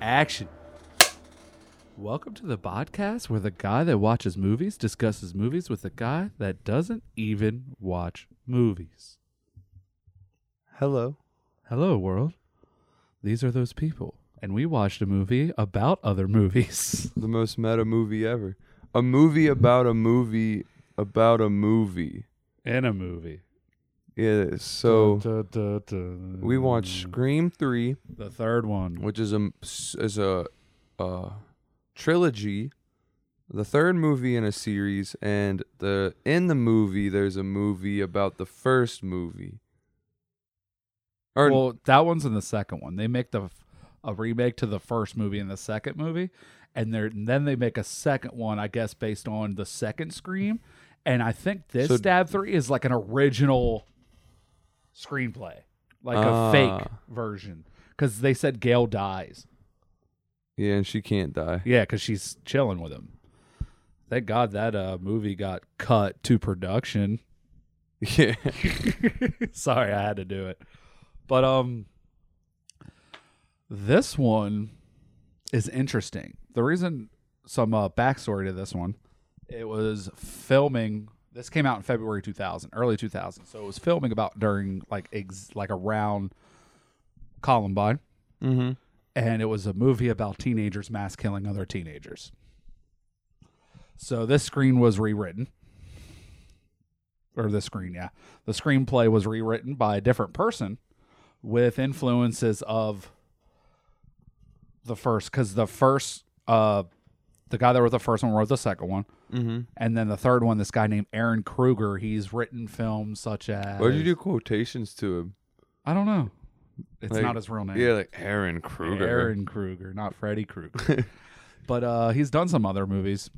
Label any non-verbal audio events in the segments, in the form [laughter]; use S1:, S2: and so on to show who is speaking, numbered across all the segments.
S1: Action.
S2: Welcome to the podcast where the guy that watches movies discusses movies with the guy that doesn't even watch movies.
S1: Hello.
S2: Hello, world. These are those people. And we watched a movie about other movies. [laughs]
S1: The most meta movie ever. A movie about a movie about a movie.
S2: In a movie.
S1: Yeah. So
S2: Dun, dun, dun, dun.
S1: we watched Scream Three,
S2: the third one.
S1: which is a is a, a trilogy, the third movie in a series, and the in the movie there's a movie about the first movie. Or
S2: well, that one's in the second one. They make the f- a remake to the first movie and the second movie, and, they're, and then they make a second one, I guess, based on the second Scream. And I think this
S1: So-
S2: Stab Three is like an original screenplay, like a fake
S1: Ah.
S2: version, because they said Gail dies.
S1: yeah, and she can't die.
S2: Yeah, because she's chilling with him. Thank God that uh, movie got cut to production.
S1: [laughs] Yeah.
S2: [laughs] Sorry, I had to do it. But um this one is interesting. The reason some uh, backstory to this one, it was filming this came out in February 2000, early 2000. So it was filming about during like ex- like around Columbine
S1: mm-hmm.
S2: and it was a movie about teenagers mass killing other teenagers. So this screen was rewritten. Or the screen, yeah. The screenplay was rewritten by a different person with influences of the first cuz the first uh the guy that wrote the first one wrote the second one.
S1: Mm-hmm.
S2: And then the third one, this guy named Aaron Kruger, he's written films such as
S1: Why'd you do quotations to him?
S2: I don't know. It's
S1: Like,
S2: not his real name.
S1: Yeah, like Aaron Kruger.
S2: Aaron Kruger, not Freddy
S1: [laughs]
S2: Krueger. but uh, he's done some other movies.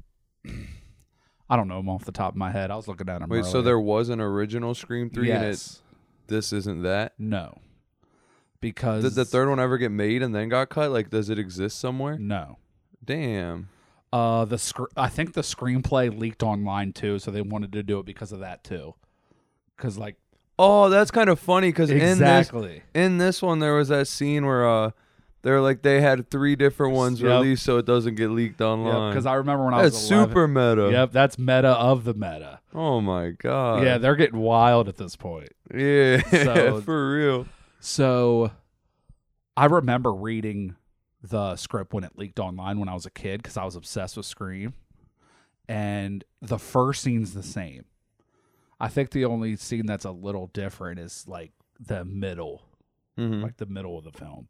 S2: I don't know him off the top of my head. I was looking at him.
S1: Wait,
S2: earlier.
S1: so there was an original Scream three, and it's
S2: Yes.
S1: this isn't that.
S2: No. Because
S1: Did the third one ever get made and then got cut? Like, does it exist somewhere?
S2: no.
S1: Damn.
S2: Uh, the scr- I think the screenplay leaked online too, so they wanted to do it because of that too. Because like
S1: Oh, that's kind of funny because
S2: exactly,
S1: in this in this one there was that scene where uh they're like they had three different ones
S2: Yep.
S1: released so it doesn't get leaked online.
S2: because I remember when I was
S1: that's
S2: 11
S1: super uh, meta.
S2: Yep, that's meta of the meta.
S1: Oh my god.
S2: yeah, they're getting wild at this point.
S1: Yeah.
S2: So-
S1: [laughs] for real.
S2: So I remember reading the script when it leaked online when I was a kid because I was obsessed with Scream. And the first scene's the same. I think the only scene that's a little different is like the middle,
S1: Mhm.
S2: like the middle of the film.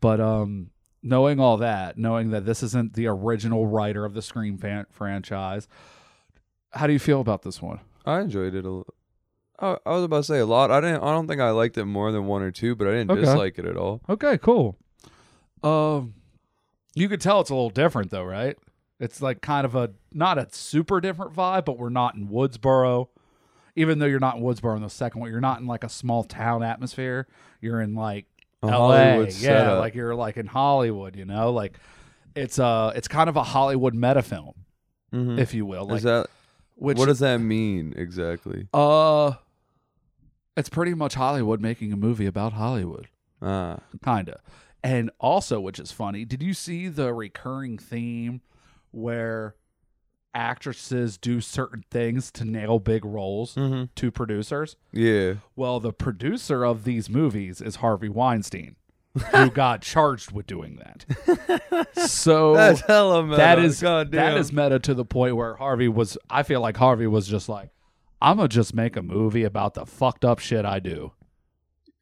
S2: But um knowing all that, knowing that this isn't the original writer of the Scream fan- franchise, how do you feel about this one?
S1: I enjoyed it a l- I, I was about to say a lot. I didn't. I don't think I liked it more than one or two, but I didn't
S2: Okay.
S1: dislike it at all.
S2: Okay, cool. Um, you could tell it's a little different though, right? It's like kind of a not a super different vibe, but we're not in Woodsboro. Even though you're not in Woodsboro in the second one, you're not in like a small town atmosphere. You're in like
S1: A
S2: LA,
S1: Hollywood
S2: yeah,
S1: setup.
S2: like you're like in Hollywood. You know, like it's a it's kind of a Hollywood meta film,
S1: Mhm.
S2: if you will. Like,
S1: Is that
S2: which
S1: what does that mean exactly?
S2: uh, it's pretty much Hollywood making a movie about Hollywood.
S1: Ah,
S2: kinda. And also, which is funny, did you see the recurring theme where actresses do certain things to nail big roles
S1: Mhm.
S2: to producers?
S1: yeah.
S2: Well, the producer of these movies is Harvey Weinstein, who got charged with doing that. So
S1: That's hella meta.
S2: Oh, that is
S1: goddamn.
S2: that is meta to the point where Harvey was. I feel like Harvey was just like, "I'm gonna just make a movie about the fucked up shit I do."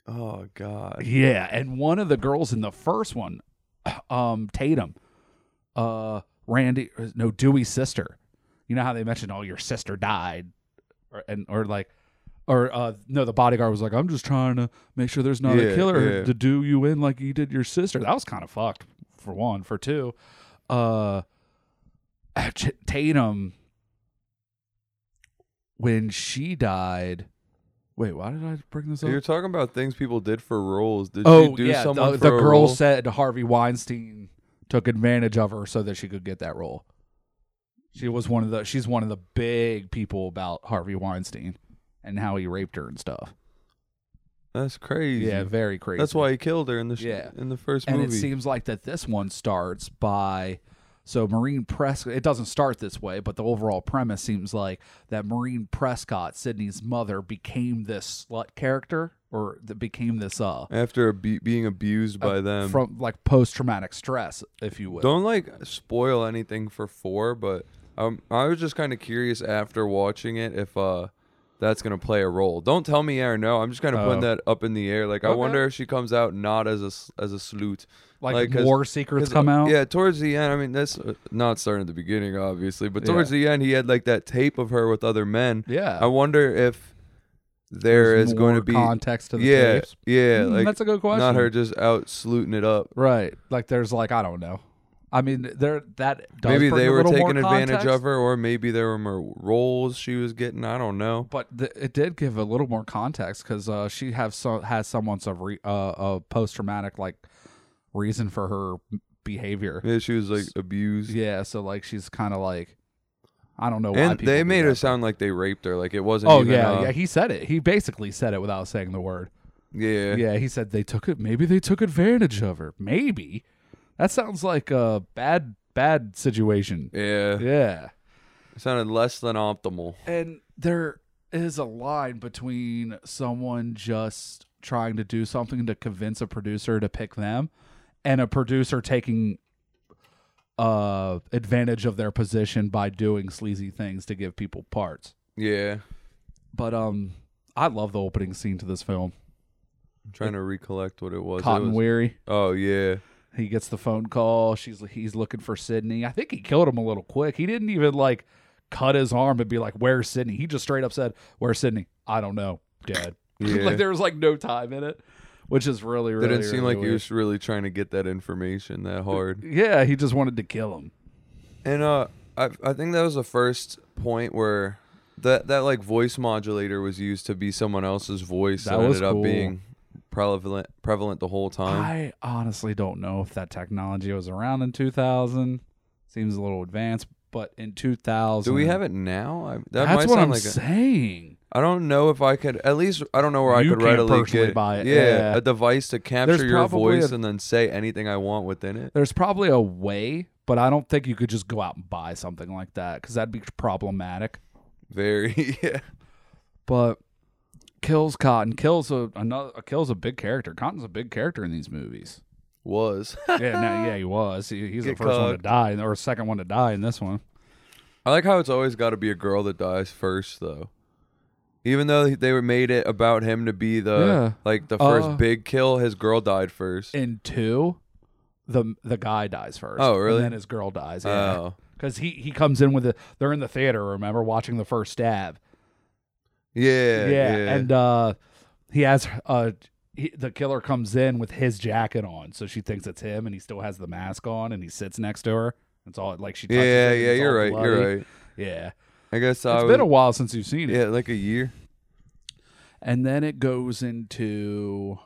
S1: Oh god.
S2: Yeah, and one of the girls in the first one, [clears throat] um, Tatum, uh, Randy, no Dewey's sister. You know how they mentioned, oh, your sister died, or, and or like, or uh, no, the bodyguard was like, I'm just trying to make sure there's not
S1: Yeah,
S2: a killer
S1: yeah.
S2: to do you in like you did your sister. That was kind of fucked. For one, for two, uh, Ch- Tatum, when she died. Wait, why did I bring this up?
S1: You're talking about things people did for roles. Did
S2: Oh
S1: you do
S2: yeah,
S1: someone
S2: the,
S1: for
S2: the
S1: a
S2: girl
S1: role?
S2: said Harvey Weinstein took advantage of her so that she could get that role. She was one of the she's one of the big people about Harvey Weinstein and how he raped her and stuff.
S1: That's crazy.
S2: Yeah, very crazy.
S1: That's why he killed her in the sh-
S2: Yeah.
S1: in the first
S2: and
S1: movie.
S2: it seems like that this one starts by so marine prescott it doesn't start this way but the overall premise seems like that marine prescott sydney's mother became this slut character or that became this uh
S1: After abu- being abused by them.
S2: from like post-traumatic stress if you will
S1: Don't like spoil anything for four, but um, I was just kind of curious after watching it if uh that's gonna play a role. Don't tell me yeah or no. I'm just kind of putting
S2: Oh.
S1: that up in the air. Like I
S2: Okay.
S1: wonder if she comes out not as a s- as a slut.
S2: like,
S1: like, 'cause-
S2: war secrets
S1: 'Cause,
S2: come
S1: uh,
S2: out
S1: Yeah, towards the end. I mean, that's uh, not starting at the beginning, obviously, but
S2: Yeah.
S1: towards the end, he had like that tape of her with other men.
S2: Yeah.
S1: I wonder if there
S2: There's
S1: is going
S2: more
S1: to be
S2: context to the
S1: yeah,
S2: tapes
S1: yeah,
S2: Hmm,
S1: like
S2: that's a good question
S1: not her just out sluting it up.
S2: right like there's like i don't know i mean there that does
S1: maybe
S2: bring
S1: they
S2: a
S1: were
S2: little more
S1: taking advantage
S2: context.
S1: of her, or maybe there were more roles she was getting. I don't know.
S2: but th- it did give a little more context because uh, she have so has someone's of re- uh, a post traumatic like reason for her m- behavior.
S1: Yeah, she was like abused,
S2: Yeah, so like she's kind of like I don't know. why
S1: and
S2: people
S1: they
S2: do
S1: made
S2: that.
S1: her sound like they raped her. Like it wasn't.
S2: Oh
S1: even,
S2: yeah,
S1: uh,
S2: yeah. He said it. He basically said it without saying the word.
S1: [laughs] yeah,
S2: Yeah, he said they took it. Maybe they took advantage of her. Maybe that sounds like a bad bad situation.
S1: yeah.
S2: Yeah.
S1: It sounded less than optimal.
S2: and there is a line between someone just trying to do something to convince a producer to pick them and a producer taking uh advantage of their position by doing sleazy things to give people parts
S1: Yeah,
S2: but um i love the opening scene to this film
S1: I'm trying to recollect what it was. It
S2: cotton
S1: was-
S2: weary
S1: Oh yeah,
S2: he gets the phone call she's he's looking for sydney i think he killed him a little quick he didn't even like cut his arm and be like where's sydney he just straight up said where's sydney i don't know [laughs] dead
S1: yeah.
S2: like there was like no time in it, which is really really.
S1: didn't seem
S2: really
S1: like he
S2: weird.
S1: was really trying to get that information that hard.
S2: Yeah, he just wanted to kill him.
S1: And uh, I I think that was the first point where that that like voice modulator was used to be someone else's voice.
S2: That
S1: and
S2: was
S1: ended up
S2: cool.
S1: being prevalent prevalent the whole time.
S2: I honestly don't know if that technology was around in 2000. Seems a little advanced, but in 2000,
S1: Do we have it now? I, that
S2: That's
S1: might
S2: what
S1: sound
S2: I'm
S1: like a,
S2: saying.
S1: I don't know if I could. At least I don't know where
S2: You
S1: I could
S2: can't
S1: readily
S2: personally
S1: get
S2: buy it,
S1: Yeah,
S2: yeah.
S1: a device to capture your
S2: probably
S1: voice
S2: a-
S1: and then say anything I want within it.
S2: There's probably a way, but I don't think you could just go out and buy something like that because that'd be problematic.
S1: Very [laughs] yeah.
S2: But kills Cotton, kills a another, uh, kills a big character. Cotton's a big character in these movies.
S1: [laughs] Was
S2: yeah, no, yeah, he was. He, he's the
S1: Get
S2: first one to
S1: cucked.
S2: die, or second one to die in this one.
S1: I like how it's always got to be a girl that dies first, though. Even though they were made it about him to be the
S2: Yeah.
S1: like the first
S2: Uh,
S1: big kill, his girl died first.
S2: In two, the the guy dies first.
S1: Oh, really?
S2: And then his girl dies. Yeah,
S1: Oh,
S2: because he he comes in with the they're in the theater. Remember watching the first stab.
S1: yeah,
S2: Yeah,
S1: yeah,
S2: and uh, he has uh. He, the killer comes in with his jacket on, so she thinks it's him, and he still has the mask on, and he sits next to her. It's all like she. Touches
S1: yeah,
S2: it, and
S1: yeah.
S2: it's
S1: You're
S2: all
S1: right.
S2: bloody.
S1: You're right.
S2: Yeah,
S1: I guess I
S2: it's
S1: was.
S2: been a while since you've seen it.
S1: yeah, like a year.
S2: And then it goes into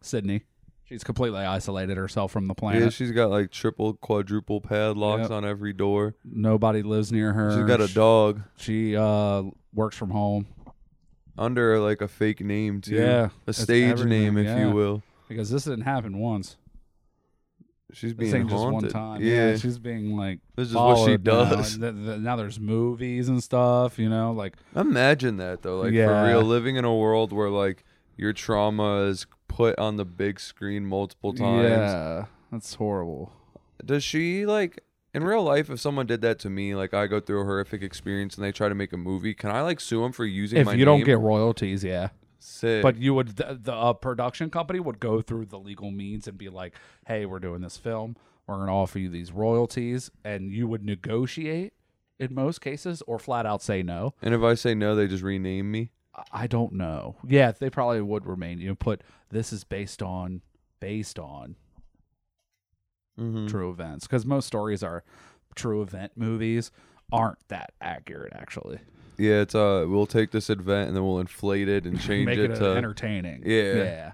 S2: Sydney. She's completely isolated herself from the planet.
S1: Yeah, she's got like triple, quadruple padlocks
S2: Yep.
S1: on every door.
S2: Nobody lives near her.
S1: She's got a dog
S2: She uh, works from home
S1: under like a fake name too.
S2: Yeah,
S1: a
S2: it's
S1: stage
S2: everything,
S1: name, if
S2: yeah.
S1: you will.
S2: because this didn't happen once.
S1: She's
S2: This
S1: being
S2: ain't just
S1: haunted.
S2: one time.
S1: Yeah,
S2: she's being like
S1: This is what she
S2: followed now.
S1: does.
S2: And th- th- now there's movies and stuff. You know, like
S1: Imagine that though, like
S2: Yeah.
S1: for real, living in a world where like your trauma is put on the big screen multiple times.
S2: yeah, that's horrible.
S1: Does she like in real life? If someone did that to me, like I go through a horrific experience and they try to make a movie, can I like sue them for using
S2: If
S1: my
S2: you don't
S1: name?
S2: get royalties, yeah.
S1: Sick.
S2: But you would the, the uh, production company would go through the legal means and be like, "Hey, we're doing this film. We're going to offer you these royalties," and you would negotiate in most cases, or flat out say no.
S1: and if I say no, they just rename me.
S2: I- I don't know. Yeah, they probably would remain. You know, put this is based on based on
S1: Mm-hmm.
S2: true events because most stories are true event movies aren't that accurate actually.
S1: Yeah, it's uh, we'll take this event and then we'll inflate
S2: [laughs]
S1: it and change
S2: Make it,
S1: it,
S2: uh,
S1: to.
S2: entertaining.
S1: Yeah.
S2: Yeah.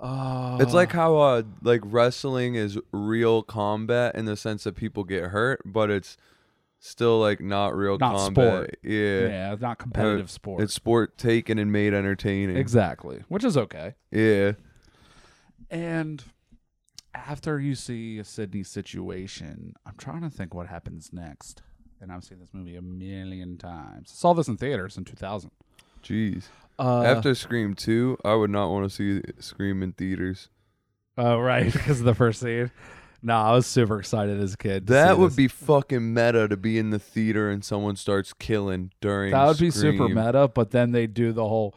S2: Uh,
S1: It's like how uh, like wrestling is real combat in the sense that people get hurt, but it's still like not real
S2: Not
S1: combat.
S2: sport.
S1: Yeah.
S2: Oh.
S1: Uh,
S2: Yeah, it's not competitive sport.
S1: It's sport taken and made entertaining.
S2: exactly, which is okay.
S1: yeah.
S2: And after you see a Sydney situation, I'm trying to think what happens next. And I've seen this movie a million times. saw this in theaters in 2000.
S1: Jeez.
S2: Uh,
S1: After Scream 2, I would not want to see Scream in theaters.
S2: oh right, [laughs] because of the first scene. No, I was super excited as a kid. to see
S1: That would
S2: this.
S1: be fucking meta to be in the theater and someone starts killing during
S2: that would be super
S1: Scream.
S2: meta. But then they do the whole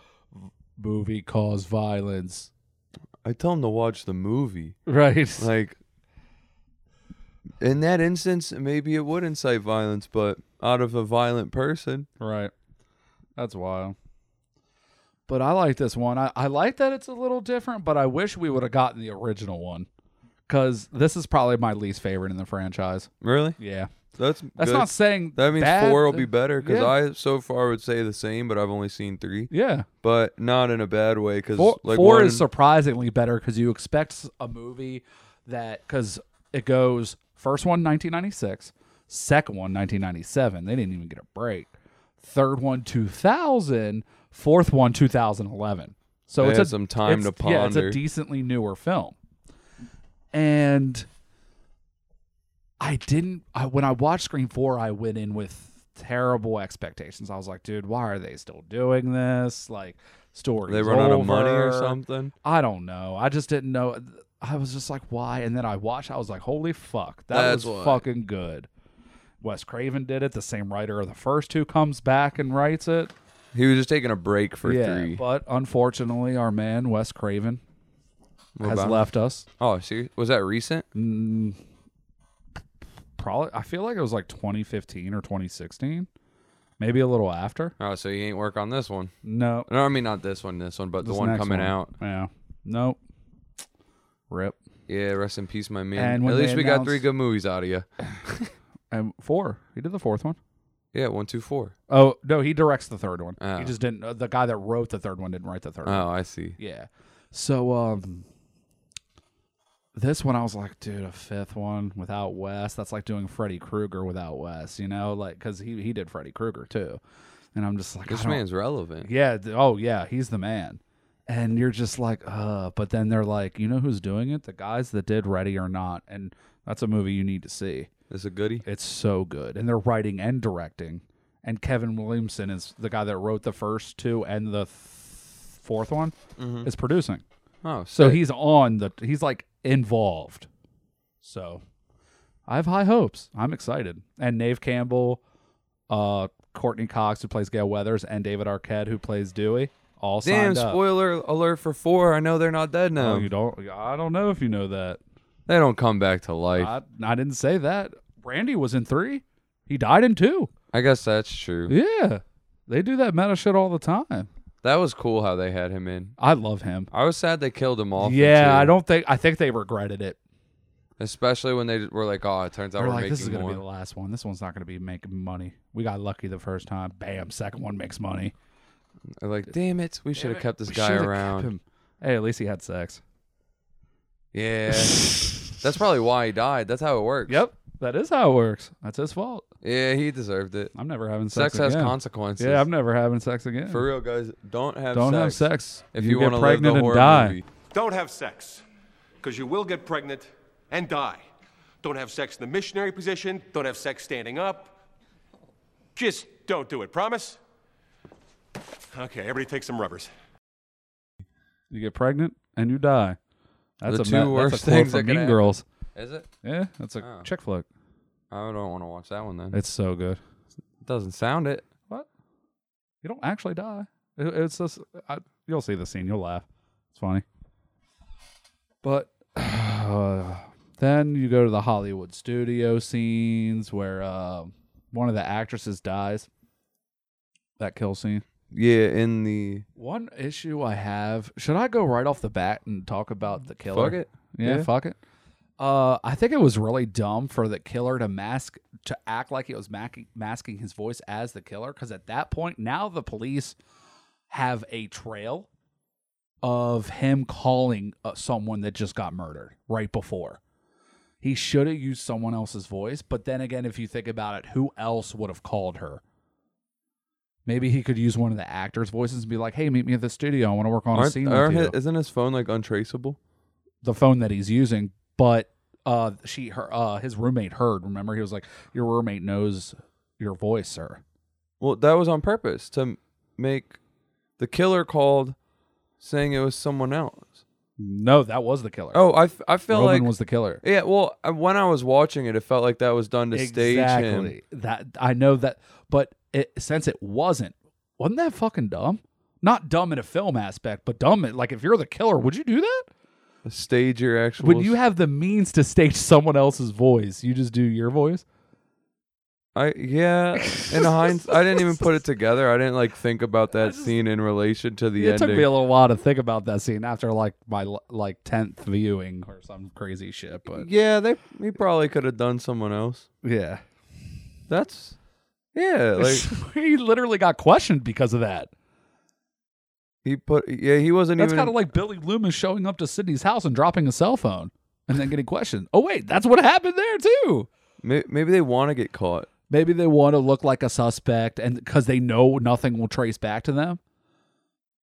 S2: movie cause violence,
S1: I tell them to watch the movie.
S2: right?
S1: Like in that instance, maybe it would incite violence, but out of a violent person,
S2: Right. That's wild. But I like this one. I, I like that it's a little different, but I wish we would have gotten the original one. Because this is probably my least favorite in the franchise.
S1: really?
S2: Yeah.
S1: That's
S2: That's
S1: good.
S2: not saying
S1: That means
S2: bad.
S1: four will be better because
S2: yeah.
S1: I so far would say the same, but I've only seen three,
S2: Yeah.
S1: but not in a bad way because
S2: Four,
S1: like
S2: four
S1: one,
S2: is surprisingly better because you expect s- a movie that, because it goes first one, 1996, second one, 1997. They didn't even get a break. Third one, 2000, fourth one, 2011. So
S1: They
S2: it's
S1: had
S2: a,
S1: some time
S2: it's-
S1: to
S2: Yeah, it's a
S1: ponder.
S2: decently newer film. And I didn't, I, when I watched Screen 4, I went in with terrible expectations. I was like, dude, why are they still doing this? Like, story.
S1: they run out of money or something.
S2: I don't know. I just didn't know. I was just like, why? And then I watched. I was like, holy fuck, that
S1: That's
S2: was
S1: why.
S2: fucking good. Wes Craven did it. The same writer of the first two comes back and writes it.
S1: He was just taking a break for
S2: yeah,
S1: three.
S2: but unfortunately, our man Wes Craven
S1: What
S2: has
S1: about him?
S2: left us. Mm,
S1: Oh, serious? Was that recent?
S2: Probably, I feel like it was like 2015 or 2016, maybe a little after.
S1: Oh, so he ain't work on this one.
S2: No,
S1: No, I mean not this one, this one, but
S2: this
S1: the one
S2: next
S1: coming out.
S2: Yeah, nope. Rip
S1: Yeah, rest in peace, my man.
S2: And when
S1: At
S2: they
S1: least we got three
S2: announced-
S1: good movies out of you.
S2: and four. He did the fourth
S1: Oh.
S2: one.
S1: Yeah, one, two, four.
S2: Oh no, he directs the third one.
S1: Oh.
S2: He just didn't. uh, The guy that wrote the third one didn't write the third. one.
S1: Oh, I see.
S2: Yeah. So um, this one I was like, dude, a fifth one without Wes. That's like doing Freddy Krueger without Wes. You know, like because he he did Freddy Krueger too, and I'm just like, I
S1: This
S2: don't-
S1: man's relevant.
S2: yeah, th- oh yeah, he's the man. And you're just like, uh, but then they're like, you know who's doing it? The guys that did Ready or Not, and that's a movie you need to see.
S1: It's a goodie.
S2: It's so good. And they're writing and directing. And Kevin Williamson is the guy that wrote the first two and the th- fourth one is producing.
S1: Oh,
S2: So
S1: sick.
S2: he's on the he's like involved. So I have high hopes. I'm excited. And Nave Campbell, uh Courtney Cox who plays Gail Weathers and David Arquette who plays Dewey all
S1: Damn!
S2: signed up.
S1: Spoiler alert for four. I know they're not dead now.
S2: Oh, you don't I don't know if you know that.
S1: They don't come back to life.
S2: I, I didn't say that. Randy was in 3. He died in 2.
S1: I guess that's true.
S2: Yeah. They do that meta shit all the time.
S1: That was cool how they had him in.
S2: I love him.
S1: I was sad they killed him off. in two,
S2: yeah, I don't think I think they regretted it.
S1: Especially when they were like, "Oh, it turns out
S2: They're
S1: we're
S2: like,
S1: making
S2: this is gonna
S1: more."
S2: be the last one. This one's not gonna be making money. We got lucky the first time. Bam, second one makes money.
S1: They're like, "Damn it, we should have kept this
S2: We
S1: guy
S2: should've kept
S1: around."
S2: him. Hey, at least he had sex. [laughs]
S1: Yeah, that's probably why he died. That's how it works.
S2: Yep. That is how it works. That's his fault.
S1: Yeah, he deserved it.
S2: I'm never having sex.
S1: Sex has
S2: again.
S1: consequences.
S2: Yeah, I'm never having sex again.
S1: for real, guys. Don't have
S2: Don't have
S1: sex.
S2: sex.
S1: if
S2: you,
S1: you, want
S2: get
S1: to
S2: pregnant
S1: live the
S2: and
S1: horror
S2: die.
S1: movie.
S3: Don't have sex, because you will get pregnant and die. Don't have sex in the missionary position. Don't have sex standing up. Just don't do it. Promise? Okay, everybody take some rubbers.
S2: You get pregnant and you die. That's
S1: The
S2: a
S1: two
S2: me- that's
S1: worst
S2: a quote
S1: things
S2: from
S1: that can
S2: Mean
S1: happen.
S2: Girls.
S1: Is it?
S2: Yeah, that's a
S1: Oh.
S2: chick flick.
S1: I don't want to watch that one then. It
S2: It's so good.
S1: doesn't sound it.
S2: What? You don't actually die. It- it's just I, you'll see the scene. You'll laugh. It's funny. But [sighs] then you go to the Hollywood studio scenes where uh, one of the actresses dies. That kill scene.
S1: Yeah, in the
S2: One issue I have. Should I go right off the bat and talk about the killer?
S1: fuck it.
S2: Yeah,
S1: Yeah.
S2: fuck it. Uh, I think it was really dumb for the killer to mask to act like it was masking, masking his voice as the killer because at that point now the police have a trail of him calling uh, someone that just got murdered right before. He should have used someone else's voice, but then again, if you think about it, who else would have called her? Maybe he could use one of the actors' voices and be like, "Hey, meet me at the studio. I want to work on a
S1: Aren't,
S2: scene
S1: aren't
S2: with you."
S1: hi- isn't his phone like untraceable?
S2: the phone that he's using, but uh, she, her, uh, his roommate heard. Remember, he was like, "Your roommate knows your voice, sir."
S1: Well, that was on purpose to m- make the killer called saying it was someone else.
S2: No, that was the killer.
S1: Oh, I, f- I felt
S2: Roman
S1: like
S2: was the killer.
S1: yeah. Well, I- when I was watching it, it felt like that was done to stage him.
S2: That I know that, but it, since it wasn't, wasn't that fucking dumb? Not dumb in a film aspect, but dumb in, like if you're the killer, would you do that?
S1: Stage your actual.
S2: Would you have the means to stage [laughs] someone else's voice? You just do your voice.
S1: I yeah.
S2: [laughs]
S1: In hindsight, I didn't even put it together. I didn't like think about that scene in relation to the
S2: it
S1: ending.
S2: took me a little while to think about that scene after like my l- like tenth viewing or some crazy shit.
S1: [laughs]
S2: But
S1: yeah, they he probably could have done someone else.
S2: [laughs] yeah,
S1: That's yeah. Like
S2: he literally got questioned because of that.
S1: he put yeah. He wasn't
S2: That's
S1: even.
S2: kind of like Billy Loomis showing up to Sydney's house and dropping a cell phone and then getting questioned. Oh wait, that's what happened there too.
S1: may- maybe they want to get caught.
S2: Maybe they want to look like a suspect, and because they know nothing will trace back to them.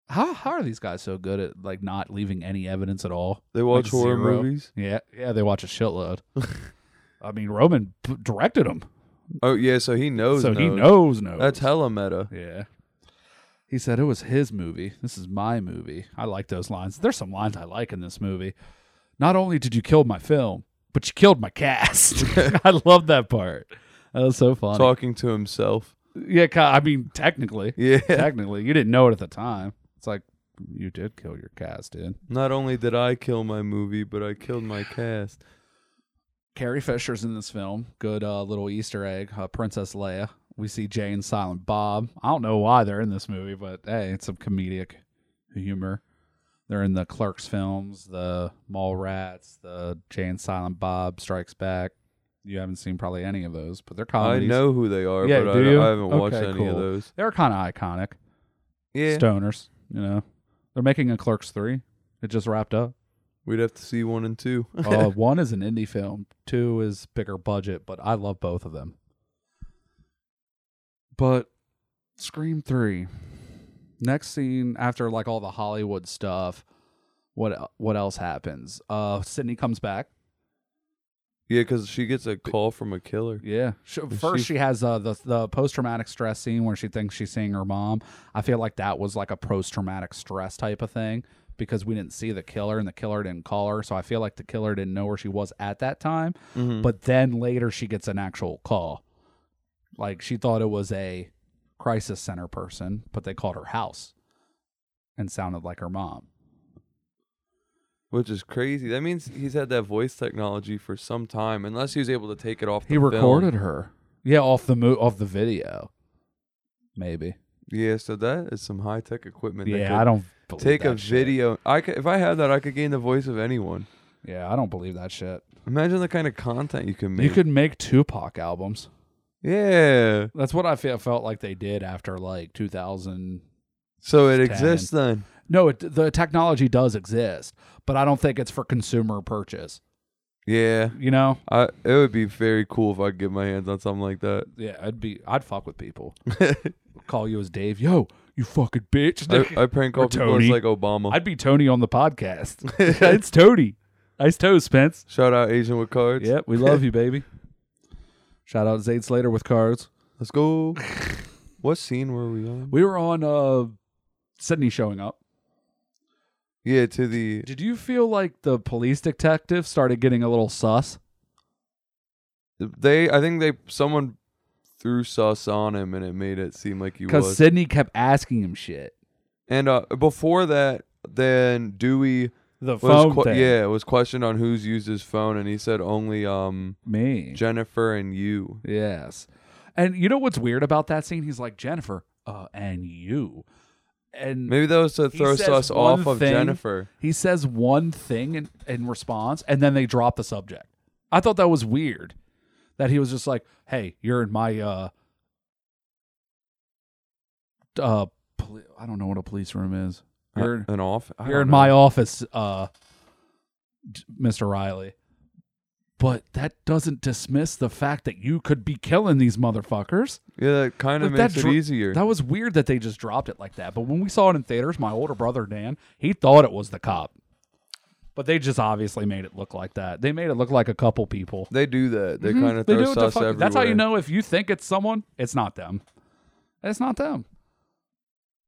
S2: How how are these guys so good at like not leaving any evidence at all?
S1: They watch
S2: Like,
S1: horror
S2: zero.
S1: movies.
S2: Yeah, yeah, they watch a
S1: [laughs]
S2: shitload. I mean, Roman p- directed them,
S1: Oh yeah, so he knows.
S2: so he
S1: knows.
S2: knows knows.
S1: That's hella meta.
S2: yeah. He said it was his movie. This is my movie. I like those lines. There's some lines I like in this movie. Not only did you kill my film, but you killed my
S1: [laughs]
S2: cast. [laughs] I love that part. That was so funny.
S1: Talking to himself. [laughs]
S2: Yeah, ki- I mean, technically,
S1: Yeah.
S2: technically, you didn't know it at the time. It's like you did kill your cast, dude.
S1: Not only did I kill my movie, but I killed my cast.
S2: Carrie Fisher's in this film. Good uh, little Easter egg. Uh, Princess Leia. We see Jane, Silent Bob. I don't know why they're in this movie, but hey, it's some comedic humor. They're in the Clerks films, the Mallrats, the Jane, Silent Bob, Strikes Back. You haven't seen probably any of those, but they're comedies.
S1: I know who they are,
S2: Yeah,
S1: but
S2: do
S1: I,
S2: you?
S1: I haven't watched
S2: Okay,
S1: any of
S2: cool.
S1: those.
S2: They're kind of iconic.
S1: Yeah.
S2: Stoners, you know. They're making a Clerks 3. It just wrapped up.
S1: We'd have to see one and two. [laughs]
S2: [laughs] uh, one is an indie film, two is bigger budget, but I love both of them. But Scream 3. Next scene after like all the Hollywood stuff, what el- what else happens? Uh Sydney comes back.
S1: yeah, because she gets a call from a killer.
S2: Yeah. Sh first she, has uh, the the post traumatic stress scene where she thinks she's seeing her mom. I feel like that was like a post traumatic stress type of thing because we didn't see the killer and the killer didn't call her, so I feel like the killer didn't know where she was at that time.
S1: Mm-hmm.
S2: But then later she gets an actual call. Like she thought it was a crisis center person, but they called her house and sounded like her mom.
S1: Which is crazy. That means he's had that voice technology for some time, unless he was able to take it off.
S2: He
S1: The film.
S2: recorded her. Yeah, off the mo- off the video. Maybe.
S1: Yeah, so that is some high tech equipment. that
S2: Yeah,
S1: could
S2: I don't believe
S1: take a
S2: that shit.
S1: video. I could, if I had that, I could gain the voice of anyone.
S2: Yeah, I don't believe that shit.
S1: Imagine the kind of content you can make.
S2: You could make Tupac albums.
S1: yeah.
S2: That's what I feel, felt like they did after like 2000.
S1: So it
S2: Just tag
S1: exists then.
S2: No, it, the technology does exist, but I don't think it's for consumer purchase.
S1: Yeah.
S2: You know?
S1: I it would be very cool if I could get my hands on something like that.
S2: Yeah, I'd be, I'd fuck with
S1: [laughs]
S2: people. Call you as Dave. Yo, you fucking bitch.
S1: I, I prank call
S2: Or
S1: people
S2: Tony.
S1: just like
S2: [laughs]
S1: Obama.
S2: I'd be Tony on the podcast.
S1: [laughs]
S2: it's Tony. Nice toes, Spence.
S1: Shout out Asian with cards.
S2: Yep, we
S1: [laughs]
S2: love you, baby. Shout out Zayd Slater with cards.
S1: Let's go.
S2: [laughs]
S1: what scene were we on?
S2: We were on uh Sydney showing up.
S1: Yeah, to the
S2: Did you feel like the police detective started getting a little sus?
S1: they. I think they someone threw sauce on him and it made it seem like he
S2: Because
S1: was.
S2: Sydney kept asking him shit.
S1: and uh, before that, then Dewey
S2: The
S1: was
S2: phone
S1: que-
S2: thing.
S1: yeah was questioned on who's used his phone and he said only um
S2: Me.
S1: Jennifer and you.
S2: yes. And you know what's weird about that scene? He's like, Jennifer, uh, and you. And
S1: Maybe that was to
S2: He
S1: throw
S2: says
S1: sauce
S2: one
S1: off of
S2: thing-
S1: Jennifer.
S2: he says one thing in, in response, and then they drop the subject. I thought that was weird. That he was just like, hey, you're in my uh uh poli- I don't know what a police room is. uh, You're
S1: An off. uh, I
S2: You're
S1: don't
S2: in
S1: know.
S2: my office, uh, J- Mr. Riley. but that doesn't dismiss the fact that you could be killing these motherfuckers.
S1: Yeah, that kind of
S2: Like, that
S1: makes
S2: dro-
S1: it easier.
S2: That was weird that they just dropped it like that. But when we saw it in theaters, my older brother Dan, he thought it was the cop. But they just obviously made it look like that. They made it look like a couple people.
S1: they do that. They kind of
S2: Mm-hmm. They
S1: throw
S2: do it to
S1: sus
S2: fuck.
S1: everywhere.
S2: That's how you know if you think it's someone, it's not them. It's not them.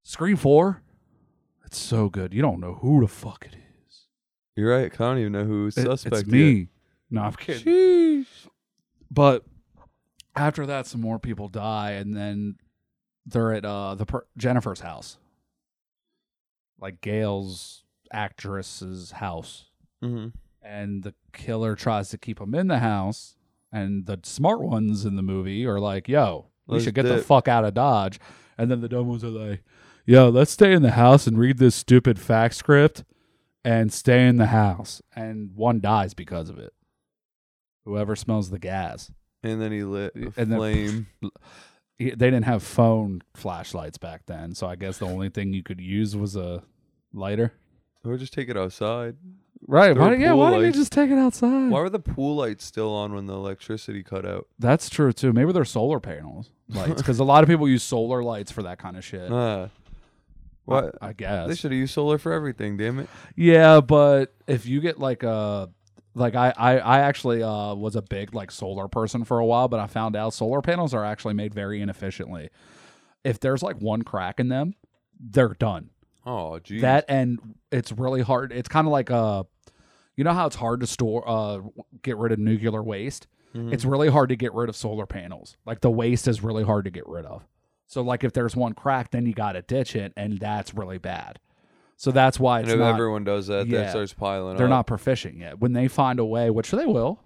S2: Scream four, it's so good. You don't know who the fuck it is.
S1: You're right. I don't even know who's
S2: It-
S1: suspect.
S2: it's
S1: yet.
S2: me. No, I'm kidding. But after that, some more people die, and then they're at uh, the per- Jennifer's house, like Gail's actress's house,
S1: Mhm.
S2: and the killer tries to keep them in the house. And the smart ones in the movie are like, "Yo, we
S1: Let's
S2: should get the
S1: dip."
S2: fuck out of Dodge." And then the dumb ones are like, "Yo, let's stay in the house and read this stupid fact script, and stay in the house." And one dies because of it. Whoever smells the gas.
S1: And then he lit a
S2: And then-
S1: flame.
S2: he- they didn't have phone flashlights back then, so I guess the only thing you could use was a lighter.
S1: Or just take it outside.
S2: Right?
S1: There why-
S2: Why,
S1: were yeah,
S2: yeah.
S1: pool why
S2: Why
S1: didn't
S2: didn't
S1: they
S2: they
S1: lights.
S2: just take it outside?
S1: Why were the pool lights still on when the electricity cut out?
S2: That's true too. Maybe they're solar panels lights because a lot of people use solar lights for that kind of shit.
S1: Ah. What?
S2: I
S1: They
S2: guess.
S1: should have used solar for everything, damn it.
S2: Yeah, but if you get like a like I, I, I actually uh, was a big like solar person for a while, but I found out solar panels are actually made very inefficiently. If there's like one crack in them, they're done.
S1: Oh, geez.
S2: that and it's really hard it's kind of like uh you know how it's hard to store uh get rid of nuclear waste
S1: Mm-hmm.
S2: it's really hard to get rid of solar panels like the waste is really hard to get rid of so like if there's one crack then you got to ditch it and that's really bad so that's why
S1: and
S2: it's
S1: if
S2: not,
S1: everyone does that, that
S2: yeah.
S1: starts piling
S2: they're
S1: up.
S2: not proficient yet when they find a way which they will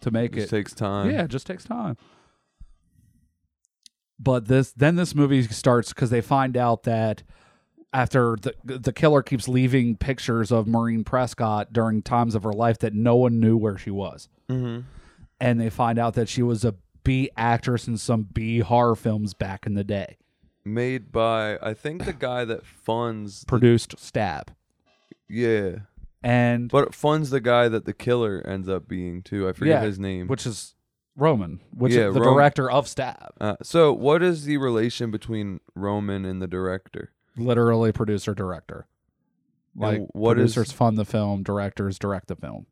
S2: to make
S1: It
S2: it
S1: takes time.
S2: yeah, it just takes time. But this then this movie starts because they find out that after the the killer keeps leaving pictures of Maureen Prescott during times of her life that no one knew where she was,
S1: Mhm.
S2: and they find out that she was a B actress in some B horror films back in the day.
S1: Made by, I think, the guy that funds.
S2: Produced Stab,
S1: Yeah.
S2: and
S1: But it funds the guy that the killer ends up being, too. I forget
S2: yeah,
S1: his name.
S2: which is Roman, which
S1: Yeah,
S2: is the
S1: Roman.
S2: director of Stab,
S1: uh, so, what is the relation between Roman and the director?
S2: literally producer director. like
S1: and what is-
S2: producers fund the film, directors direct the film.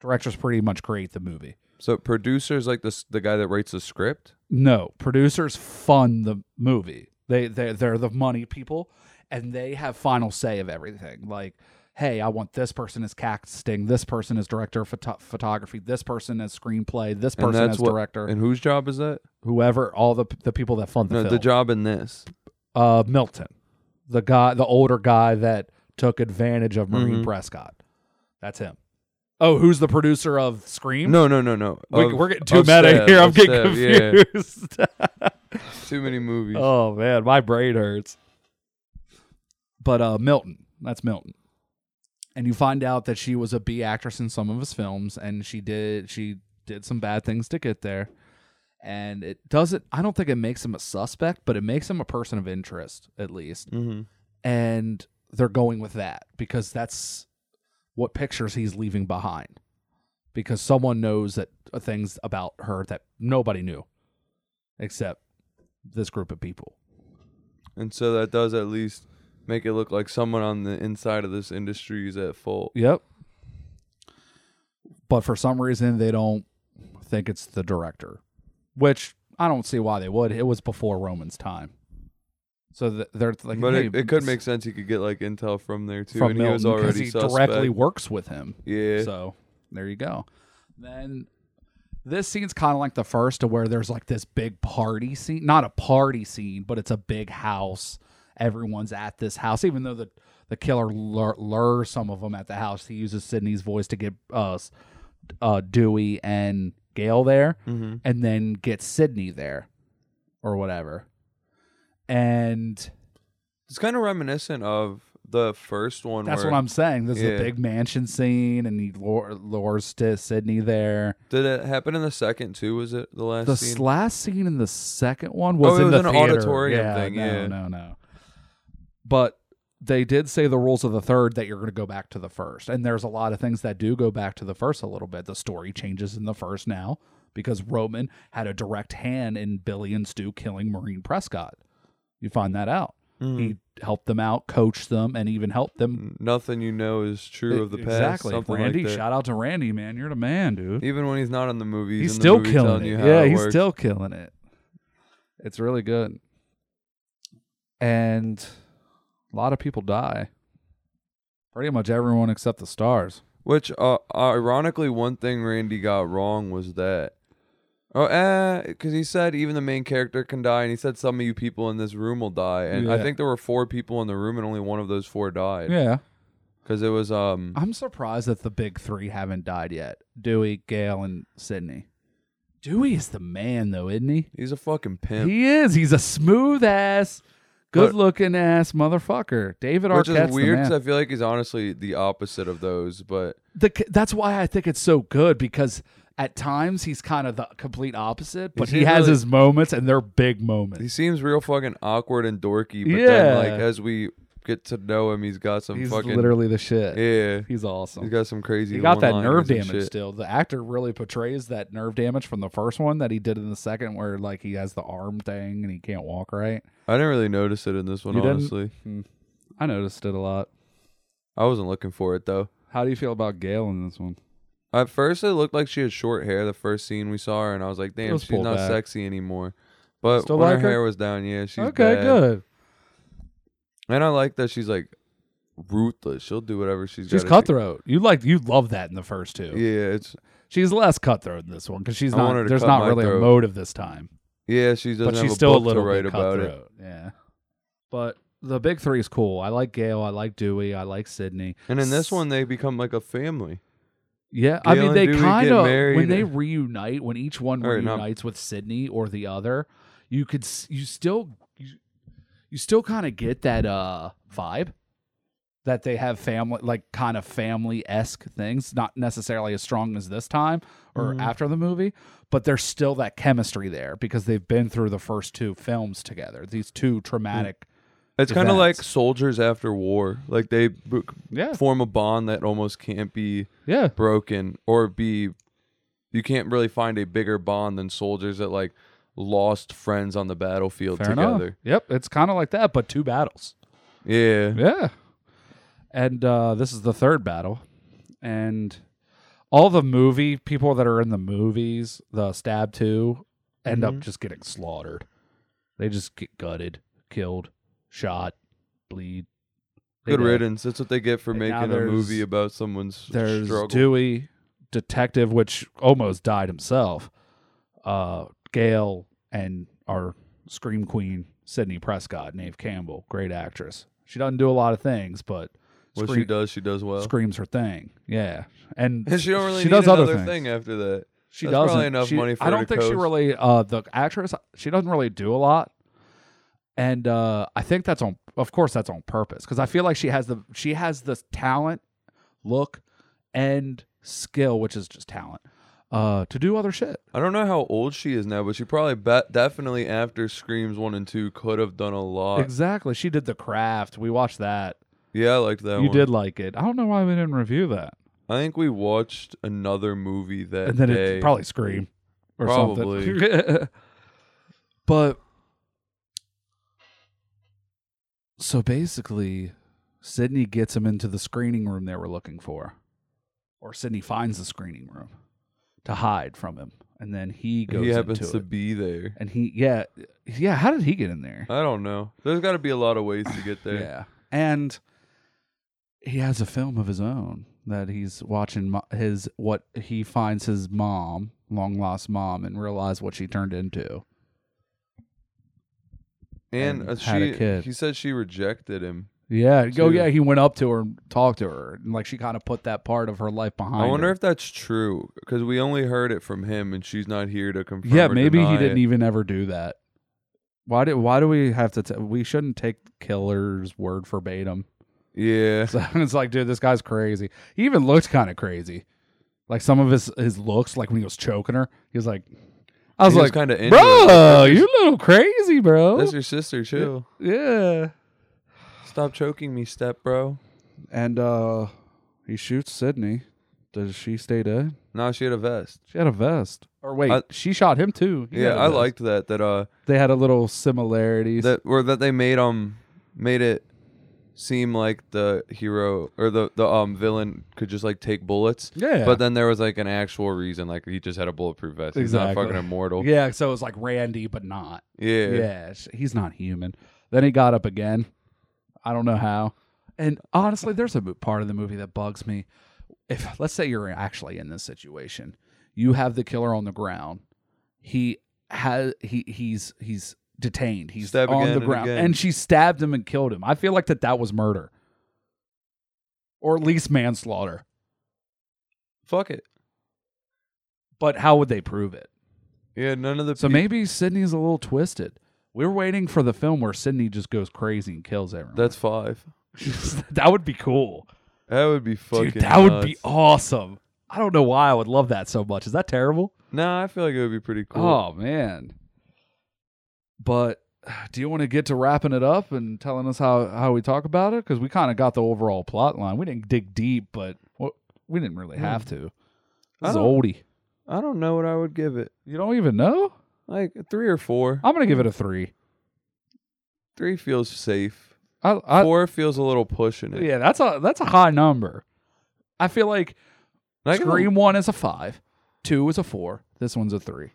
S2: Directors pretty much create the movie.
S1: So, producers like this, the guy that writes the script?
S2: No, producers fund the movie. They they they're the money people, and they have final say of everything. Like, hey, I want this person as casting, this person as director of photo- photography, this person as screenplay, this
S1: And
S2: person
S1: that's
S2: as
S1: what-
S2: director,
S1: And whose job is that?
S2: whoever, all the the people that fund the
S1: no,
S2: film.
S1: the job in this.
S2: uh, Milton, the guy, the older guy that took advantage of Marine
S1: Mm-hmm.
S2: Prescott. That's him. Oh, who's the producer of Scream?
S1: No, no, no, no.
S2: we,
S1: Of-
S2: we're getting too
S1: of
S2: meta
S1: Stab,
S2: here. I'm
S1: of
S2: getting
S1: Stab, yeah.
S2: confused. [laughs]
S1: Too many movies.
S2: oh man, my brain hurts. But uh, Milton, that's Milton, and you find out that she was a B actress in some of his films, and she did she did some bad things to get there. And it doesn't. I don't think it makes him a suspect, but it makes him a person of interest, at least
S1: Mm-hmm.
S2: and they're going with that because that's what pictures he's leaving behind because someone knows that uh, things about her that nobody knew except this group of people
S1: And so that does at least make it look like someone on the inside of this industry is at fault.
S2: yep but for some reason they don't think it's the director which i don't see why they would it was before roman's time so th- they're like
S1: but
S2: hey,
S1: it, it could make sense. He could get like intel from there too,
S2: from
S1: and he
S2: Milton
S1: was
S2: 'cause
S1: already
S2: he
S1: suspect.
S2: directly works with him
S1: yeah,
S2: So there you go. Then this scene's kind of like the first to where there's like this big party scene, not a party scene, but it's a big house. Everyone's at this house, even though the the killer lure, lures some of them at the house. He uses Sydney's voice to get uh, s- uh, Dewey and Gail there,
S1: Mm-hmm.
S2: and then get Sydney there, or whatever. And
S1: it's kind of reminiscent of the first one.
S2: that's
S1: where,
S2: what I'm saying. This
S1: Yeah.
S2: is a big mansion scene, and he lure, lures to Sydney there.
S1: Did it happen in the second too? Was it the last
S2: the
S1: scene?
S2: s- last scene in the second one was
S1: Oh, it
S2: in
S1: was
S2: the
S1: an
S2: theater.
S1: auditorium
S2: yeah,
S1: thing,
S2: No,
S1: yeah.
S2: no, no. But they did say the rules of the third that you're going to go back to the first. And there's a lot of things that do go back to the first a little bit. The story changes in the first now because Roman had a direct hand in Billy and Stu killing Marine Prescott. You find that out.
S1: Hmm.
S2: He helped them out, coached them, and even helped them.
S1: Nothing you know is true of the past.
S2: E, exactly.
S1: Something like
S2: Randy,
S1: that.
S2: shout out to Randy, man. You're the man, dude.
S1: Even when he's not on the movie,
S2: he's
S1: he's, in the
S2: still
S1: movie
S2: killing
S1: telling
S2: it.
S1: you how
S2: yeah,
S1: it
S2: he's
S1: works.
S2: still killing it. It's really good. And a lot of people die. Pretty much everyone except the stars.
S1: Which, uh, ironically, one thing Randy got wrong was that. Oh, eh, because he said even the main character can die, and he said some of you people in this room will die, and I
S2: Yeah.
S1: think there were four people in the room, and only one of those four died.
S2: Yeah.
S1: because it was um.
S2: I'm surprised that the big three haven't died yet. Dewey, Gale, and Sydney. Dewey is the man though, isn't he?
S1: He's a fucking pimp.
S2: He is. He's a smooth ass, good looking ass motherfucker. David
S1: which
S2: Arquette's
S1: is
S2: the
S1: weird
S2: man.
S1: because I feel like he's honestly the opposite of those. But
S2: the that's why I think it's so good because at times he's kind of the complete opposite, but
S1: Is he
S2: he has
S1: really-
S2: his moments and they're big
S1: he
S2: moments.
S1: seems real fucking awkward and dorky. But then, like
S2: Yeah.
S1: as we get to know him, he's got some
S2: He's
S1: fucking
S2: literally the shit.
S1: yeah.
S2: He's
S1: He's
S2: awesome.
S1: got some crazy.
S2: He got that nerve
S1: one-liners and
S2: damage
S1: shit.
S2: still. The actor really portrays that nerve damage from the first one that he did in the second, where like he has the arm thing and he can't walk right.
S1: I didn't really notice it in this one.
S2: You didn't?
S1: honestly,
S2: I noticed it a lot.
S1: I wasn't looking for it though.
S2: How do you feel about Gail in this one?
S1: At first, it looked like she had short hair. The first scene we saw her, and I was like, "Damn,
S2: was
S1: she's
S2: pulled
S1: not
S2: back.
S1: sexy anymore." But
S2: Still
S1: when
S2: like
S1: her
S2: her?
S1: hair was down, yeah, she's
S2: okay,
S1: bad.
S2: good.
S1: And I like that she's like ruthless. She'll do whatever she's.
S2: She's
S1: gotta do.
S2: cutthroat. You like you love that in the first two.
S1: Yeah, it's
S2: She's less cutthroat in this one because she's
S1: I want her
S2: not.
S1: to
S2: There's
S1: cut
S2: not
S1: my
S2: really a
S1: throat.
S2: motive this time.
S1: yeah. She doesn't
S2: but
S1: have
S2: she's
S1: a
S2: still a
S1: book
S2: little
S1: to
S2: bit
S1: write about it.
S2: cutthroat. Yeah. But the big three is cool. I like Gail. I like Dewey. I like Sydney.
S1: And in this one, they become like a family.
S2: Yeah, I
S1: Gail
S2: mean
S1: and
S2: they
S1: Dewey get
S2: kind of when
S1: married.
S2: they reunite, when each one
S1: Or not-
S2: reunites with Sydney or the other, you could s- you still you, you still kind of get that uh vibe that they have family like kind of family esque things, not necessarily as strong as this time or
S1: Mm-hmm.
S2: after the movie, but there's still that chemistry there because they've been through the first two films together. These
S1: Mm.
S2: two traumatic,
S1: It's kind of like
S2: Events.
S1: soldiers after war. Like they b-
S2: yeah,
S1: form a bond that almost can't be
S2: yeah,
S1: broken or be. You can't really find a bigger bond than soldiers that like lost friends on the battlefield
S2: fair enough.
S1: together.
S2: Yep, it's kind of like that, but two battles.
S1: Yeah.
S2: Yeah. And uh, this is the third battle. And all the movie people that are in the movies, the stab two, end
S1: Mm-hmm.
S2: up just getting slaughtered. They just get gutted, killed, shot, bleed. They
S1: Good
S2: die.
S1: riddance. That's what they get for
S2: And now
S1: making a
S2: there's-
S1: movie about someone's
S2: There's
S1: struggle.
S2: Dewey, detective, which almost died himself. Uh, Gail and our scream queen, Sydney Prescott, Nave Campbell, great actress. She doesn't do a lot of things, but
S1: what
S2: scream-
S1: she does, she does well.
S2: screams her thing. Yeah, and
S1: And [laughs] she don't really
S2: she
S1: need
S2: does other
S1: another
S2: things.
S1: thing after that.
S2: she
S1: That's probably
S2: doesn't.
S1: enough
S2: she,
S1: money for
S2: I
S1: her
S2: don't
S1: to
S2: think she
S1: coast.
S2: really. Uh, the actress she doesn't really do a lot, and uh, I think that's on. Of course, that's on purpose because I feel like she has the she has the talent, look, and skill, which is just talent, uh, to do other shit.
S1: I don't know how old she is now, but she probably bet definitely after Screams one and two could have done a lot.
S2: exactly. She did the craft. We watched that.
S1: yeah, I liked that
S2: you
S1: one.
S2: did like it. I don't know why we didn't review that.
S1: I think we watched another movie that
S2: and then
S1: day.
S2: it probably scream or something.
S1: Probably.
S2: [laughs] but so basically, Sydney gets him into the screening room they were looking for, or Sydney finds the screening room to hide from him, and then he goes
S1: he happens
S2: into
S1: to
S2: it.
S1: be there.
S2: and he yeah yeah. How did he get in there?
S1: I don't know. There's got to be a lot of ways to get there.
S2: [sighs] Yeah, and he has a film of his own that he's watching mo- his what he finds his mom, long lost mom, and realize what she turned into.
S1: And,
S2: And
S1: uh,
S2: had a
S1: she,
S2: kid.
S1: he said she rejected him.
S2: Yeah, oh
S1: Dude.
S2: yeah, he went up to her and talked to her, and like she kind of put that part of her life behind.
S1: I wonder
S2: her.
S1: if that's true because we only heard it from him, and she's not here to confirm.
S2: yeah,
S1: or
S2: maybe he
S1: deny
S2: didn't
S1: it.
S2: even ever do that. Why did why do we have to? T- we shouldn't take killer's word verbatim.
S1: Yeah,
S2: e-, [laughs] So it's like, dude, this guy's crazy. He even looked kind of crazy. Like some of his his looks, like when he was choking her, he was like, I was
S1: He was
S2: like,
S1: kinda into it, like,
S2: bro,
S1: that's
S2: you little crazy, bro.
S1: that's your sister too.
S2: Yeah.
S1: Stop choking me, step bro.
S2: And uh he shoots Sydney. Does she stay dead?
S1: Nah, she had a vest.
S2: She had a vest. Or wait,
S1: I-
S2: she shot him too. He
S1: yeah,
S2: had a
S1: I
S2: vest.
S1: liked that. That uh,
S2: They had a little similarities.
S1: that or that they made um made it seem like the hero or the the um villain could just like take bullets.
S2: Yeah.
S1: But then there was like an actual reason, like he just had a bulletproof vest. He's not
S2: Exactly.
S1: fucking immortal.
S2: yeah, so it was like Randy, but not.
S1: Yeah.
S2: Yeah, sh- he's not human. Then he got up again. I don't know how. And honestly, there's a mo- part of the movie that bugs me. If let's say you're actually in this situation, you have the killer on the ground. He has he he's he's detained. He's
S1: Stab
S2: on
S1: again
S2: the
S1: and
S2: ground,
S1: again.
S2: and she stabbed him and killed him. I feel like that that was murder, or at least manslaughter.
S1: Fuck it.
S2: But how would they prove it?
S1: Yeah. None of the
S2: So
S1: peop-
S2: maybe Sydney's a little twisted. We're waiting for the film where Sydney just goes crazy and kills everyone.
S1: That's five.
S2: [laughs] that would be cool.
S1: That would be fucking.
S2: Dude, that would be
S1: nuts.
S2: awesome. I don't know why I would love that so much. Is that terrible?
S1: Nah, I feel like it would be pretty cool.
S2: Oh man. But [sighs] do you want to get to wrapping it up and telling us how how we talk about it? Because we kind of got the overall plot line. We didn't dig deep, but well, we didn't really have to.
S1: I
S2: This is
S1: don't-
S2: oldie.
S1: I don't know what I would give it.
S2: You don't even know?
S1: Like a three or four.
S2: I'm gonna give it a three.
S1: Three feels safe.
S2: I, I
S1: Four feels a little pushing it.
S2: yeah, that's a that's a high number. I feel like
S1: And I, can-
S2: Scream one is a five, two is a four, this one's a three.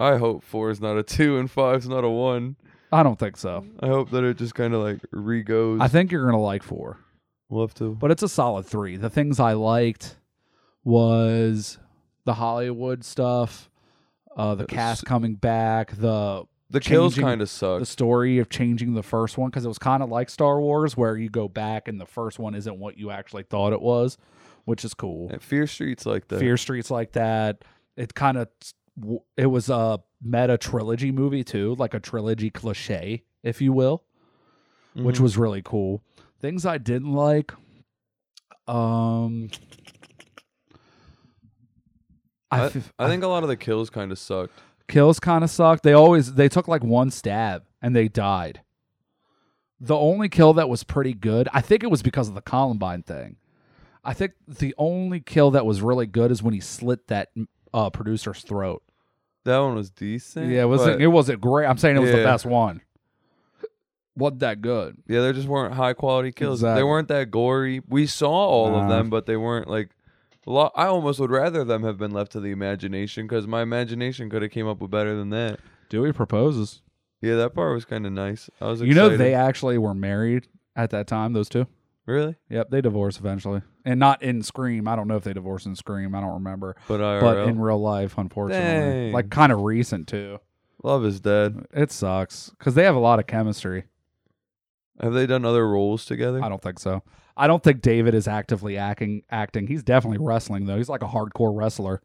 S1: I hope four is not a two and five's not a one.
S2: I don't think so.
S1: I hope that it just kind of like re goes.
S2: I think you're gonna like four,
S1: we'll have to.
S2: but it's a solid three. The things I liked was the Hollywood stuff, uh, the cast coming back, the
S1: The kills
S2: changing-
S1: kind of
S2: the
S1: suck.
S2: story of changing the first one because it was kind of like Star Wars, where you go back and the first one isn't what you actually thought it was, which is cool.
S1: At Fear Street's like that.
S2: Fear Street's like that. It kind of it was a meta trilogy movie too, like a trilogy cliche, if you will, which
S1: Mhm.
S2: was really cool. Things I didn't like, um, I,
S1: I,
S2: f-
S1: I think a lot of the kills kind of sucked.
S2: kills kind of sucked. They always they took like one stab and they died. The only kill that was pretty good, I think it was because of the Columbine thing. I think the only kill that was really good is when he slit that uh, producer's throat.
S1: That one was decent.
S2: Yeah, it wasn't
S1: Eh, but-
S2: it wasn't great. I'm saying it was the
S1: Yeah.
S2: best one. Wasn't that good?
S1: Yeah, there just weren't high quality kills.
S2: Exactly.
S1: They weren't that gory. We saw all
S2: Nah.
S1: of them, but they weren't like. A lot, I almost would rather them have been left to the imagination because my imagination could have came up with better than that.
S2: Dewey proposes.
S1: Yeah, that part was kind of nice. I was excited.
S2: You know they actually were married at that time. Those two.
S1: really,
S2: Yep, they divorced eventually, and not in Scream. I don't know if they divorced in Scream. I don't remember.
S1: but IRL,
S2: but in real life, unfortunately,
S1: Oh, Dang.
S2: like kind of recent too.
S1: Love is dead.
S2: It sucks because they have a lot of chemistry.
S1: Have they done other roles together?
S2: I don't think so. I don't think David is actively acting. Acting. He's definitely wrestling though. He's like a hardcore wrestler.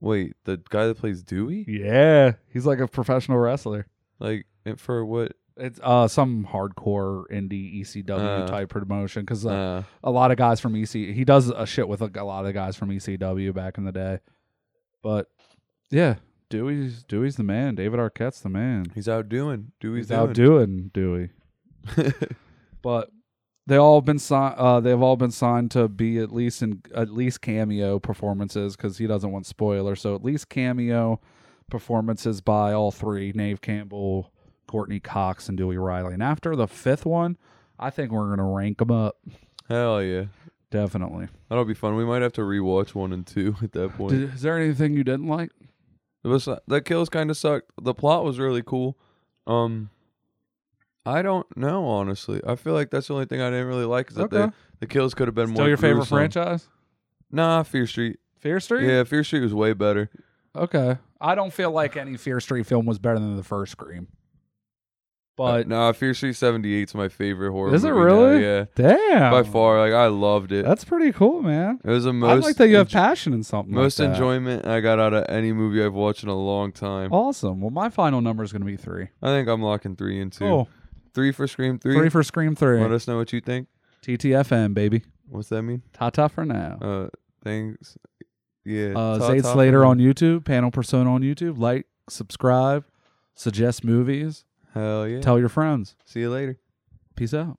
S1: Wait, the guy that plays Dewey,
S2: Yeah, he's like a professional wrestler.
S1: like and for what?
S2: It's uh some hardcore indie ECW
S1: Uh.
S2: type promotion because uh,
S1: Uh,
S2: a lot of guys from EC he does a shit with like, a lot of guys from ECW back in the day. But yeah, Dewey's Dewey's the man. David Arquette's the man.
S1: he's out doing. Dewey's
S2: He's out doing Dewey. but they all been signed. Uh, they've all been signed to be at least in at least cameo performances because he doesn't want spoilers. So at least cameo performances by all three: Nave Campbell, Courtney Cox, and Dewey Riley. And after the fifth one, I think we're gonna rank them up
S1: Hell yeah,
S2: definitely.
S1: that'll be fun. We might have to rewatch one and two [laughs] at that point.
S2: Did, is there anything you didn't like?
S1: It was the kills kind of sucked. The plot was really cool. Um, I don't know honestly. I feel like that's the only thing I didn't really like is that
S2: Okay.
S1: the the kills could have been
S2: Still
S1: more.
S2: your favorite
S1: gruesome.
S2: franchise?
S1: Nah, Fear Street.
S2: Fear Street.
S1: Yeah, Fear Street was way better.
S2: Okay. I don't feel like any Fear Street film was better than the first Scream.
S1: Uh,
S2: But
S1: nah, Fear Street seventy eight's my favorite horror.
S2: Is it
S1: movie now,
S2: really?
S1: Yeah,
S2: damn,
S1: by far. Like I loved it.
S2: that's pretty cool, man.
S1: it was the
S2: I
S1: most
S2: like that you have
S1: enj-
S2: passion in something. like
S1: most
S2: that.
S1: enjoyment I got out of any movie I've watched in a long
S2: Oh.
S1: time.
S2: Awesome. Well, my final number is going to be three.
S1: I think I'm locking three and two.
S2: Cool.
S1: Three for Scream three.
S2: Oh. Three, for Scream three.
S1: Let us know what you think.
S2: TTFN baby.
S1: What's that mean?
S2: Ta ta for now.
S1: uh things yeah
S2: Uh,
S1: Ta-
S2: Zayd
S1: Ta-
S2: Slater on YouTube. Panel Persona on YouTube. Like, subscribe, suggest movies.
S1: hell yeah
S2: Tell your friends.
S1: see you later
S2: Peace out.